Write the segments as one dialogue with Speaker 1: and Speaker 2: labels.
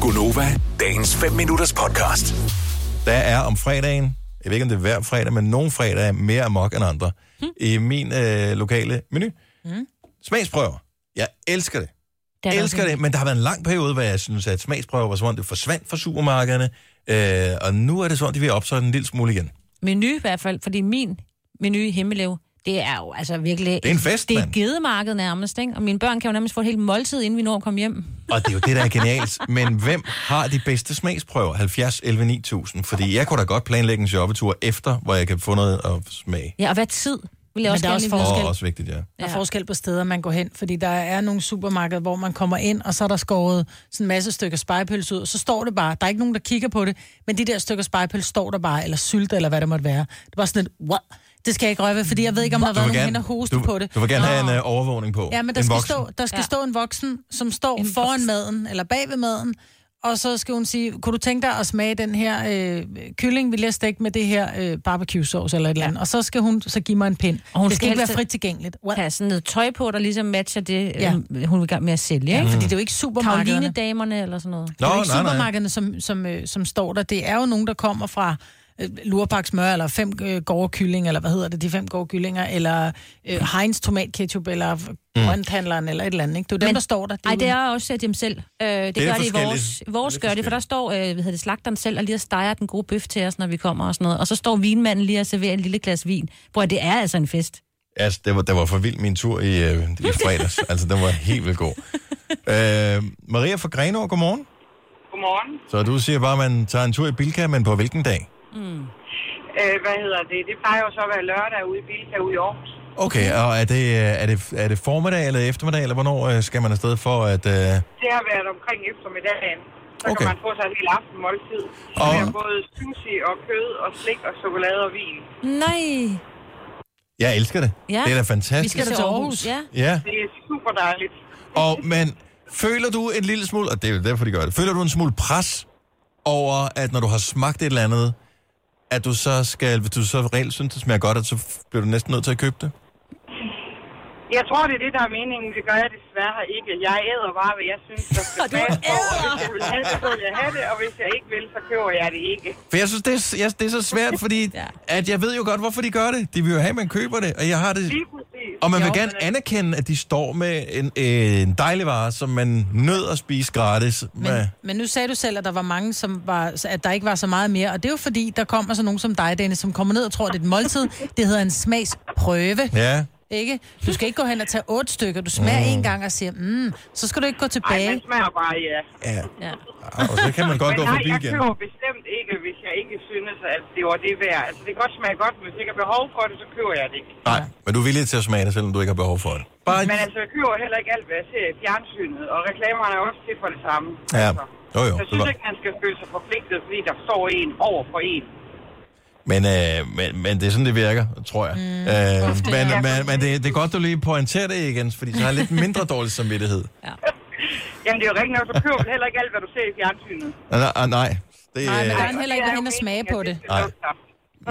Speaker 1: Gunova, dagens 5 minutters podcast.
Speaker 2: Der er om fredagen, jeg ved ikke om det er hver fredag, men nogle fredag er mere amok end andre, hmm. i min øh, lokale menu. Hmm. Smagsprøver. Jeg elsker det.
Speaker 3: Der er
Speaker 2: Jeg
Speaker 3: der
Speaker 2: elsker
Speaker 3: også
Speaker 2: det, men der har været en lang periode, hvor jeg synes, at smagsprøver var sådan, det forsvandt fra supermarkederne, øh, og nu er det sådan, de vil opsøge en lille smule igen.
Speaker 3: en Menu i hvert fald, fordi min menu i Himmelev, det er jo altså virkelig...
Speaker 2: Det er en fest,
Speaker 3: Det er
Speaker 2: mand.
Speaker 3: et gedemarked nærmest, ikke? Og mine børn kan jo nærmest få et helt måltid, inden vi når at komme hjem.
Speaker 2: Og det er jo det, der er genialt. Men hvem har de bedste smagsprøver? 70, 11, 9000. Fordi jeg kunne da godt planlægge en shoppetur efter, hvor jeg kan få noget at smage.
Speaker 3: Ja, og hvad tid vil jeg
Speaker 4: Men
Speaker 3: også
Speaker 4: der er
Speaker 3: gerne
Speaker 4: også
Speaker 3: lige
Speaker 2: Og
Speaker 4: forskel.
Speaker 3: vide.
Speaker 4: Skal-
Speaker 2: også vigtigt, ja.
Speaker 4: Der er
Speaker 3: Ja.
Speaker 4: forskel på steder, man går hen, fordi der er nogle supermarkeder, hvor man kommer ind, og så er der skåret sådan en masse stykker spejpølse ud, og så står det bare, der er ikke nogen, der kigger på det, men de der stykker spejpølse står der bare, eller sylte, eller hvad det måtte være. Det var sådan et, what? Det skal jeg ikke røre ved, fordi jeg ved ikke, om der har været nogen hen og hoste
Speaker 2: du,
Speaker 4: på det.
Speaker 2: du vil gerne
Speaker 4: Nå.
Speaker 2: have en øh, overvågning på.
Speaker 4: Ja, men der
Speaker 2: en
Speaker 4: skal,
Speaker 2: voksen.
Speaker 4: stå, der skal
Speaker 3: Ja.
Speaker 4: ja. stå en voksen, som står en foran
Speaker 3: voksen.
Speaker 4: maden, eller bag ved maden, og så skal hun sige, kunne du tænke dig at smage den her øh, kylling, vi lige har stegt med det her øh, barbecue-sauce eller et eller andet. Og så skal hun så give mig en pind.
Speaker 3: Og hun
Speaker 4: det
Speaker 3: skal
Speaker 4: skal ikke være
Speaker 3: helst-
Speaker 4: frit tilgængeligt. What?
Speaker 3: Kan have sådan noget tøj på, der ligesom matcher det,
Speaker 4: Ja.
Speaker 3: øh, hun vil i gang med at sælge, ikke?
Speaker 4: Fordi det er jo ikke supermarkederne. Det
Speaker 3: Karoline-damerne eller sådan noget.
Speaker 4: er jo
Speaker 2: Nå,
Speaker 4: ikke
Speaker 2: nej, nej.
Speaker 4: supermarkederne, som, som, øh, som står der. Det er jo nogen, der kommer fra øh, lurpak smør, eller fem øh, gårde kylling, eller hvad hedder det, de fem gårde kyllinger, eller øh, Heinz tomatketchup, eller mm. grønthandleren, eller et eller andet. Ikke? Det er jo dem, der står der.
Speaker 3: Nej,
Speaker 4: jo-
Speaker 3: det er også at dem selv. Øh, det,
Speaker 2: er
Speaker 3: det gør de i
Speaker 2: forskelligt.
Speaker 3: vores.
Speaker 2: Det er
Speaker 3: Vores gør det, for der står øh, hvad hedder det, slagteren selv og lige og steger den gode bøf til os, når vi kommer og sådan noget. Og så står vinmanden lige og serverer en lille glas vin. Bror, det er altså en fest.
Speaker 2: Altså, det var, det var for vild min tur i, øh, i fredags. altså, den var helt vildt god. Øh, Maria fra Grenaa, godmorgen.
Speaker 5: Godmorgen.
Speaker 2: Så du siger bare, at man tager en tur i Bilka, men på hvilken dag?
Speaker 5: Øh, hvad hedder det? Det plejer jo så at være lørdag ude i Bilka ude i Aarhus.
Speaker 2: Okay, og er det, øh, er det, er det formiddag eller eftermiddag, eller hvornår øh, skal man afsted for at... Øh,
Speaker 5: Det har været omkring eftermiddagen. Så
Speaker 2: Okay.
Speaker 5: kan man få sig en hel aften måltid.
Speaker 2: Og-
Speaker 5: Og... Med både sushi og kød og slik og chokolade og vin.
Speaker 3: Nej.
Speaker 2: jeg elsker det.
Speaker 3: Ja.
Speaker 2: Det er da fantastisk.
Speaker 3: Vi skal da til Aarhus. Ja.
Speaker 2: Ja,
Speaker 5: Det er super dejligt.
Speaker 2: og, men føler du en lille smule, og det er jo derfor, de gør det, føler du en smule pres over, at når du har smagt et eller andet, at du så skal, hvis du så reelt synes, det smager godt, at så f- bliver du næsten nødt til at købe det?
Speaker 5: Jeg tror, det er det, der er meningen. Det gør jeg desværre ikke. Jeg æder bare, hvad jeg synes, der skal
Speaker 3: Du
Speaker 5: smages på.
Speaker 3: æder!
Speaker 5: Og Hvis jeg vil have det, så vil jeg have det. Og hvis jeg ikke vil, så køber jeg det ikke.
Speaker 2: For jeg synes, det er, jeg, det er så svært, fordi ja. at jeg ved jo godt, hvorfor de gør det. De vil jo have, at man køber det, og jeg har det...
Speaker 5: Lige præcis.
Speaker 2: Og man vil
Speaker 5: Jo,
Speaker 2: gerne
Speaker 5: men-
Speaker 2: anerkende, at de står med en, øh, en dejlig vare, som man nød at spise gratis. Med.
Speaker 4: Men, men nu sagde du selv, at der var mange, som var, at der ikke var så meget mere. Og det er jo fordi, der kommer så nogen som dig, Dennis, som kommer ned og tror, det er et måltid. Det hedder en smagsprøve,
Speaker 2: Ja.
Speaker 4: ikke? Du skal ikke gå hen og tage otte stykker. Du smager en gang og siger, mm, så skal du ikke gå
Speaker 5: Ej,
Speaker 4: tilbage.
Speaker 5: man smager bare, ja.
Speaker 2: ja.
Speaker 3: ja.
Speaker 2: Og så kan man godt gå
Speaker 5: Men nej,
Speaker 2: forbi
Speaker 5: jeg
Speaker 2: igen.
Speaker 5: køber bestemt ikke, hvis jeg ikke synes, at det var det værd. Altså, det kan godt smage godt, men hvis jeg ikke har behov for det, så køber jeg det ikke.
Speaker 2: Nej, men du er villig til at smage det, selvom du ikke har behov for det. Bare...
Speaker 5: Men altså, jeg køber heller ikke alt, hvad jeg ser i fjernsynet, og reklamerne er også til for det samme.
Speaker 2: Ja.
Speaker 5: Altså,
Speaker 2: Jo, jo,
Speaker 5: Jeg
Speaker 2: det
Speaker 5: synes
Speaker 2: var-
Speaker 5: ikke, man skal føle sig forpligtet, fordi der står en over for en.
Speaker 2: Men, øh, men, men det er sådan, det virker, tror jeg. Mm, øh, men men, men det, det er godt, du lige pointerer det igen, fordi så har jeg lidt mindre dårlig samvittighed.
Speaker 5: Jamen, det er jo rigtigt nok, så køber du heller ikke alt, hvad du ser i fjernsynet.
Speaker 2: Nej, nej, ah, nej. Det,
Speaker 4: Nej, men der er
Speaker 2: øh,
Speaker 4: en- heller ikke
Speaker 5: Det er
Speaker 4: hen og
Speaker 5: jo
Speaker 4: smage
Speaker 5: meningen,
Speaker 4: på
Speaker 5: at
Speaker 4: det.
Speaker 5: skal
Speaker 2: Nej.
Speaker 5: lugte dig.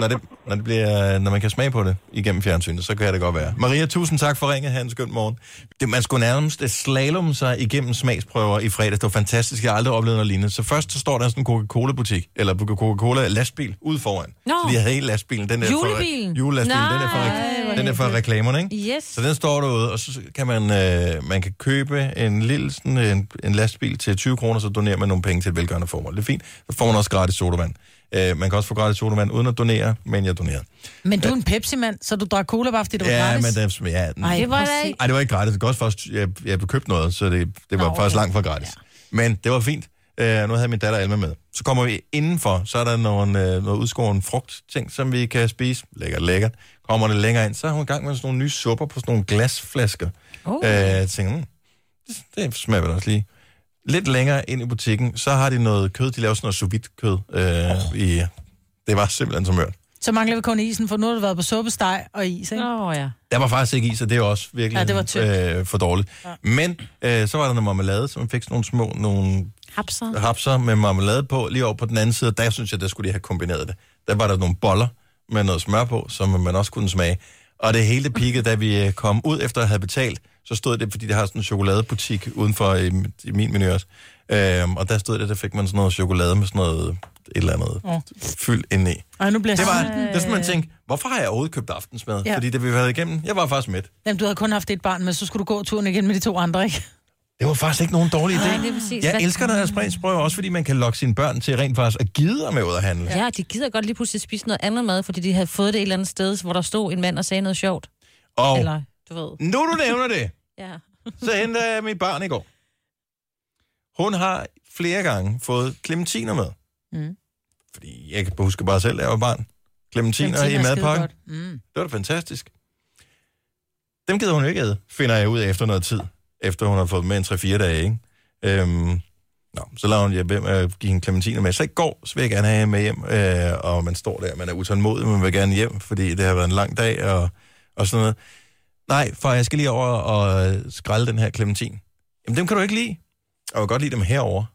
Speaker 2: når, det, når, det bliver, når man kan smage på det igennem fjernsynet, så kan det godt være. Maria, tusind tak for ringet. Ha' en skøn morgen. Det, man skulle nærmest øh, slalom sig igennem smagsprøver i fredags. Det var fantastisk. Jeg har aldrig oplevet noget lignende. Så først så står der sådan en Coca-Cola-butik, eller Coca-Cola-lastbil ude foran.
Speaker 3: Nå.
Speaker 2: Så de havde helt lastbilen. Den der
Speaker 3: Julebilen?
Speaker 2: For, julelastbilen, den er
Speaker 3: Nej, hvor
Speaker 2: for, den er for reklamerne, ikke?
Speaker 3: Yes.
Speaker 2: Så den står derude, og så kan man, øh, man kan købe en lille sådan, øh, en, en lastbil til 20 kroner, så donerer man nogle penge til et velgørende formål. Det er fint. Så får man også gratis sodavand. Øh, man kan også få gratis sodavand uden at donere, men jeg donerer.
Speaker 4: Men du er en Pepsi-mand, så du drak cola bare, fordi det var
Speaker 2: Ja,
Speaker 4: gratis.
Speaker 2: men det, ja,
Speaker 4: Ej,
Speaker 2: Ej.
Speaker 3: Det var
Speaker 4: prøv at
Speaker 3: da
Speaker 4: se.
Speaker 3: ikke-
Speaker 2: Ej, det var ikke gratis. Det koste faktisk, jeg, jeg købte noget, så det, det var
Speaker 4: Nå,
Speaker 2: faktisk
Speaker 4: okay.
Speaker 2: langt fra gratis. Ja. Men det var fint. Øh, nu havde min datter Alma med. Så kommer vi indenfor, så er der nogle, øh, noget udskåren frugt-ting, som vi kan spise. Lækkert, lækkert. Kommer det længere ind, så er hun i gang med sådan nogle nye supper på sådan nogle glasflasker.
Speaker 3: Oh.
Speaker 2: Øh, jeg tænker, mm, det, det smager vel også lige. Lidt længere ind i butikken, så har de noget kød. De laver sådan noget sous vide kød. Øh, oh. i, det var simpelthen så mørt.
Speaker 4: Så mangler vi kun isen, for nu har du været på suppesteg og is, ikke?
Speaker 3: Åh, oh, ja.
Speaker 2: Der var faktisk ikke is, og det er også virkelig
Speaker 4: Ja, det var tyndt.
Speaker 2: øh, for dårligt. Ja. Men øh, så var der noget marmelade, så man fik sådan nogle små nogle
Speaker 3: Hapser.
Speaker 2: hapser med marmelade på, lige over på den anden side. Der synes jeg, der skulle de have kombineret det. Der var der nogle boller med noget smør på, som man også kunne smage. Og det hele pikkede, da vi øh, kom ud efter at have betalt, så stod det, fordi det har sådan en chokoladebutik uden for i, i min menu også, Øhm, og der stod det, der fik man sådan noget chokolade med sådan noget et eller andet
Speaker 4: Åh.
Speaker 2: fyld indeni.
Speaker 4: Ej, nu bliver
Speaker 2: Det
Speaker 3: Altså,
Speaker 4: jeg
Speaker 2: var,
Speaker 4: sådan-
Speaker 2: det var sådan,
Speaker 3: øh,
Speaker 2: man tænkte, hvorfor har jeg overhovedet købt aftensmad? Ja.
Speaker 4: Ja.
Speaker 2: Fordi det vi havde igennem, jeg var faktisk med.
Speaker 4: Jamen, du havde kun haft et barn med, så skulle du gå turen igen med de to andre, ikke?
Speaker 2: Det var faktisk ikke nogen dårlig idé.
Speaker 3: Nej, det er præcis.
Speaker 2: jeg
Speaker 3: Hvad-
Speaker 2: elsker den her spredsprøve, også fordi man kan lokke sine børn til rent faktisk at gide at med ud at handle.
Speaker 3: Ja, de gider godt lige pludselig spise noget andet mad, fordi de havde fået det et eller andet sted, hvor der stod en mand og sagde noget sjovt.
Speaker 2: Og
Speaker 3: Oh. Eller, du ved.
Speaker 2: nu du nævner det,
Speaker 3: Ja.
Speaker 2: så henter jeg mit barn i går. Hun har flere gange fået clementiner med.
Speaker 4: Mm.
Speaker 2: Fordi jeg kan huske bare selv, da jeg var barn. Clementiner,
Speaker 4: Clementiner
Speaker 2: i
Speaker 4: er
Speaker 2: madpakken.
Speaker 4: skidegodt. Mm.
Speaker 2: Det var da fantastisk. Dem gider hun jo ikke ad, finder jeg ud af efter noget tid. Efter hun har fået dem med en 3-4 dage, ikke? Øhm, nå, så lader hun, jeg hvem øh, give hende clementiner med. Så i går, så vil jeg gerne have hende med hjem, øh, og man står der, man er utålmodig, man vil gerne hjem, fordi det har været en lang dag og, og sådan noget. Nej, for jeg skal lige over og øh, skralde den her clementin. Jamen, dem kan du ikke lide. Og jeg kan godt lide dem herover.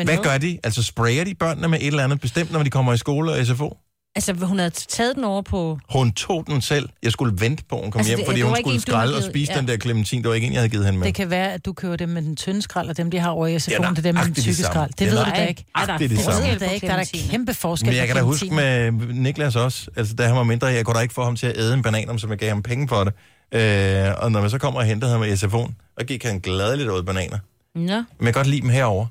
Speaker 4: Men
Speaker 2: Hvad
Speaker 4: nu-
Speaker 2: gør de? Altså, sprayer de børnene med et eller andet bestemt, når de kommer i skole og SFO?
Speaker 3: Altså, hun havde taget den over på...
Speaker 2: Hun tog den selv. Jeg skulle vente på, at hun kom
Speaker 3: Altså,
Speaker 2: hjem,
Speaker 3: det-
Speaker 2: fordi
Speaker 3: det
Speaker 2: hun
Speaker 3: var ikke
Speaker 2: skulle
Speaker 3: en, du
Speaker 2: skralde
Speaker 3: havde
Speaker 2: og
Speaker 3: givet-
Speaker 2: spise
Speaker 3: ja.
Speaker 2: den der clementin. Det var ikke en, jeg havde givet hende med.
Speaker 4: Det kan være, at du køber dem med den tynde skrald, og dem, de har over i SFO'en, det er dem med den
Speaker 2: nøjagtigt det
Speaker 4: tykke
Speaker 2: samme.
Speaker 4: skrald. Det,
Speaker 2: Det er
Speaker 4: ved du
Speaker 2: nøj-
Speaker 4: da ikke.
Speaker 2: Ej, det er det
Speaker 4: Det
Speaker 2: samme.
Speaker 4: ved du da ikke. Der er da kæmpe forskel
Speaker 2: Men jeg
Speaker 4: på
Speaker 2: kan da huske
Speaker 4: clementiner.
Speaker 2: med Niklas også, altså da han var mindre, jeg kunne da ikke få ham til at æde en banan, om som jeg gav ham penge for det. Øh, og når man så kommer og hentede ham i SFO'en, og gik han gladeligt ud bananer.
Speaker 3: Nå.
Speaker 2: Men jeg kan godt lide dem herover.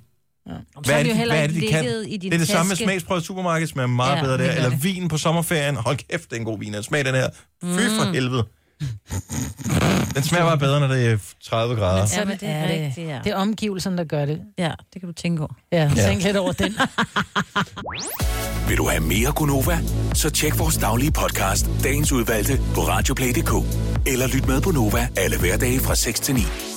Speaker 3: så har de jo heller ikke ligget i
Speaker 2: det er
Speaker 3: din
Speaker 2: det samme med
Speaker 3: taske.
Speaker 2: smagsprøvet supermarked, som er meget
Speaker 3: Ja,
Speaker 2: bedre
Speaker 3: det
Speaker 2: der.
Speaker 3: gør
Speaker 2: Eller
Speaker 3: det.
Speaker 2: vin på sommerferien. Hold kæft, det er en god vin. Smag den her. Fy
Speaker 3: Mm.
Speaker 2: for helvede. Den smager bare bedre, når det er 30 grader.
Speaker 3: Ja, men
Speaker 4: Sådan
Speaker 3: det er
Speaker 4: er det.
Speaker 3: rigtigt, ja.
Speaker 4: Det er omgivelserne, der gør det.
Speaker 3: Ja, det kan du tænke over.
Speaker 4: Ja, tænk lidt over den.
Speaker 1: Vil du have mere Gunova? Så tjek vores daglige podcast, dagens udvalgte, på radioplay.dk. Eller lyt med på Nova alle hverdage fra 6 til 9.